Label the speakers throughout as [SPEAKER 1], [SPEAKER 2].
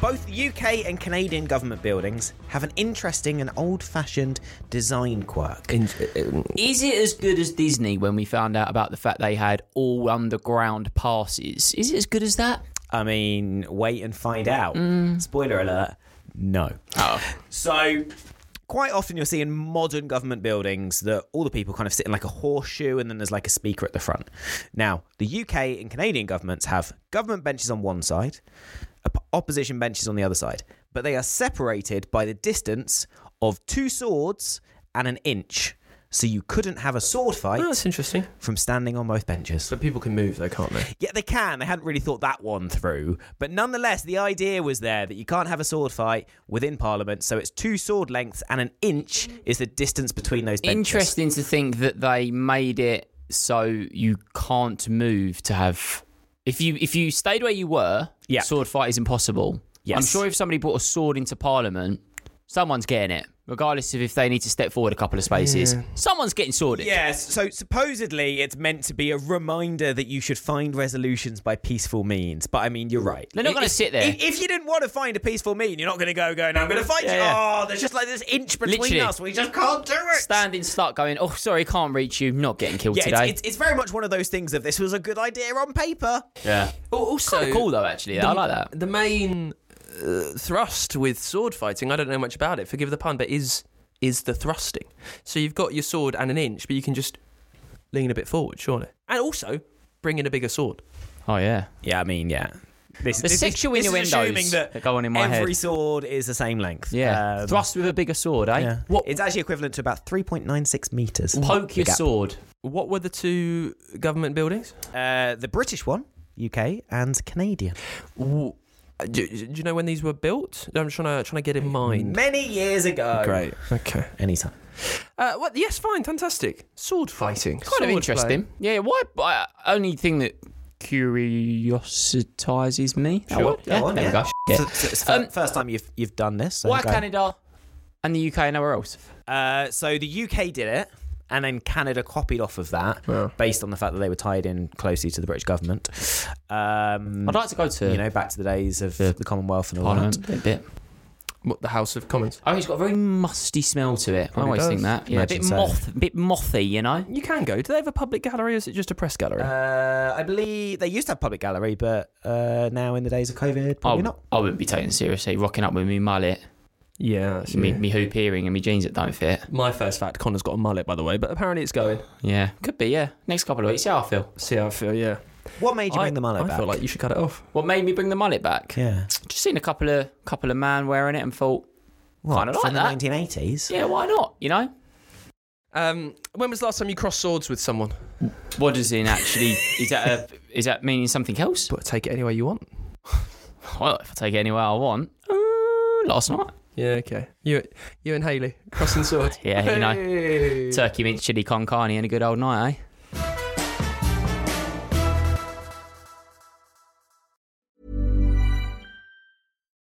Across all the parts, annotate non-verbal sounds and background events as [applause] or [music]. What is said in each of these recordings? [SPEAKER 1] Both UK and Canadian government buildings have an interesting and old fashioned design quirk.
[SPEAKER 2] In, um,
[SPEAKER 3] Is it as good as Disney when we found out about the fact they had all underground passes? Is it as good as that?
[SPEAKER 1] I mean, wait and find out. Spoiler alert, no. So, quite often you'll see in modern government buildings that all the people kind of sit in like a horseshoe and then there's like a speaker at the front. Now, the UK and Canadian governments have government benches on one side, op- opposition benches on the other side, but they are separated by the distance of two swords and an inch. So you couldn't have a sword fight
[SPEAKER 2] oh, that's interesting.
[SPEAKER 1] from standing on both benches.
[SPEAKER 2] But people can move though, can't they?
[SPEAKER 1] Yeah, they can. They hadn't really thought that one through. But nonetheless, the idea was there that you can't have a sword fight within Parliament, so it's two sword lengths and an inch is the distance between those benches.
[SPEAKER 3] Interesting to think that they made it so you can't move to have. If you if you stayed where you were,
[SPEAKER 1] Yeah.
[SPEAKER 3] sword fight is impossible.
[SPEAKER 1] Yes.
[SPEAKER 3] I'm sure if somebody brought a sword into Parliament, someone's getting it, regardless of if they need to step forward a couple of spaces. Someone's getting sworded.
[SPEAKER 1] Yes, so supposedly it's meant to be a reminder that you should find resolutions by peaceful means. But I mean, you're right.
[SPEAKER 3] They're not
[SPEAKER 1] If-
[SPEAKER 3] gonna
[SPEAKER 1] if-
[SPEAKER 3] sit there.
[SPEAKER 1] If, if you didn't want to find a peaceful mean, you're not going to go, go, no, I'm going to fight
[SPEAKER 3] Yeah,
[SPEAKER 1] you.
[SPEAKER 3] yeah.
[SPEAKER 1] Oh, there's just like this inch between
[SPEAKER 3] Literally.
[SPEAKER 1] us. We just can't do it.
[SPEAKER 3] Standing stuck, going, oh sorry, can't reach you. Not getting killed
[SPEAKER 1] yeah, it's,
[SPEAKER 3] today.
[SPEAKER 1] it's, it's very much one of those things of this was a good idea on paper.
[SPEAKER 3] yeah.
[SPEAKER 2] Also,
[SPEAKER 3] Kinda cool though, actually. I like that.
[SPEAKER 2] The main uh, thrust with sword fighting, I don't know much about it. Forgive the pun, but is is the thrusting. So you've got your sword and an inch, but you can just lean a bit forward, surely, and also bring in a bigger sword.
[SPEAKER 3] Oh yeah.
[SPEAKER 1] Yeah, I mean, yeah. This,
[SPEAKER 3] The sexual
[SPEAKER 1] this
[SPEAKER 3] innuendos
[SPEAKER 1] assuming that,
[SPEAKER 3] that go on in my
[SPEAKER 1] every
[SPEAKER 3] head.
[SPEAKER 1] sword is the same length.
[SPEAKER 3] Yeah.
[SPEAKER 1] Um,
[SPEAKER 3] Thrust with a bigger sword, eh?
[SPEAKER 1] yeah.
[SPEAKER 3] What
[SPEAKER 1] It's actually equivalent to about 3.96 meters.
[SPEAKER 3] poke your
[SPEAKER 1] gap.
[SPEAKER 3] sword.
[SPEAKER 2] What were the two government buildings?
[SPEAKER 1] Uh, the British one, UK, and Canadian.
[SPEAKER 2] W- uh, Do, do you know when these were built? I'm trying to trying to get in mind.
[SPEAKER 1] Many years ago.
[SPEAKER 2] Great. Mm, Okay.
[SPEAKER 1] Anytime.
[SPEAKER 2] Uh, what? Yes, fine, fantastic. Sword fighting.
[SPEAKER 3] Kind of interesting. Yeah, why? I, only thing that curiositizes me. That
[SPEAKER 1] Sure.
[SPEAKER 3] one. Yeah,
[SPEAKER 1] Go on,
[SPEAKER 3] there
[SPEAKER 1] yeah.
[SPEAKER 3] we go. Yeah.
[SPEAKER 1] So it's the
[SPEAKER 3] Um,
[SPEAKER 1] first time you've you've done this. so
[SPEAKER 3] Why
[SPEAKER 1] go.
[SPEAKER 3] Canada and the UK and nowhere else?
[SPEAKER 1] Uh, so the UK did it, and then Canada copied off of that based on the fact that they were tied in closely to the British government. Um,
[SPEAKER 3] I'd like to go to
[SPEAKER 1] you know, back to the days of the Commonwealth and all
[SPEAKER 3] Parliament
[SPEAKER 1] that.
[SPEAKER 3] a bit.
[SPEAKER 2] What the House of Commons?
[SPEAKER 3] Oh, it's got a very musty smell to it. I
[SPEAKER 2] Probably
[SPEAKER 3] always
[SPEAKER 2] does.
[SPEAKER 3] think that. Yeah, a
[SPEAKER 1] Imagine
[SPEAKER 3] bit
[SPEAKER 1] so.
[SPEAKER 3] moth, a bit mothy. You know.
[SPEAKER 2] You can go. Do they have a public gallery or is it just a press gallery?
[SPEAKER 1] Uh, I believe they used to have public gallery, but uh, now in the days of COVID,
[SPEAKER 3] I
[SPEAKER 1] probably
[SPEAKER 2] Oh,
[SPEAKER 3] would-
[SPEAKER 1] not.
[SPEAKER 3] Oh, I wouldn't be taken seriously. Rocking up with me mullet,
[SPEAKER 2] yeah.
[SPEAKER 3] me, me hoop earring, and me jeans that don't fit.
[SPEAKER 2] My first fact, Connor's got a mullet, by the way, but apparently it's going.
[SPEAKER 3] Yeah, could be. Yeah, next couple of weeks. See how I feel.
[SPEAKER 2] See how I feel, yeah.
[SPEAKER 1] What made you
[SPEAKER 2] I,
[SPEAKER 1] bring the mullet
[SPEAKER 2] I
[SPEAKER 1] back?
[SPEAKER 2] feel like you should cut it off.
[SPEAKER 3] What made me bring the mullet back?
[SPEAKER 1] yeah,
[SPEAKER 3] Just seen a couple of couple of man wearing it and thought,
[SPEAKER 1] what
[SPEAKER 3] Kinda
[SPEAKER 1] from
[SPEAKER 3] like
[SPEAKER 1] the
[SPEAKER 3] that.
[SPEAKER 1] nineteen eighties?
[SPEAKER 3] yeah, why not? You know.
[SPEAKER 2] Um, when was the last time you crossed swords with someone?
[SPEAKER 3] What does in actually? [laughs] is that a, is that meaning something else?
[SPEAKER 2] But take it any way you want.
[SPEAKER 3] Well, if I take it anywhere I want, uh, last night,
[SPEAKER 2] Yeah, okay. You you and Haley
[SPEAKER 1] [laughs]
[SPEAKER 2] crossing swords.
[SPEAKER 3] Yeah, you know.
[SPEAKER 2] Hey.
[SPEAKER 3] turkey mince, chili con carne, and a good old night, eh?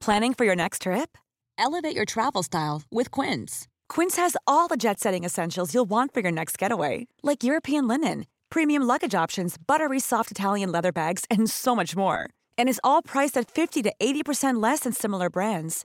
[SPEAKER 4] Planning for your next trip?
[SPEAKER 5] Elevate your travel style with Quince.
[SPEAKER 4] Quince has all the jet-setting essentials you'll want for your next getaway, like European linen, premium luggage options, buttery soft Italian leather bags, and so much more. And is all priced at 50 to 80% less than similar brands.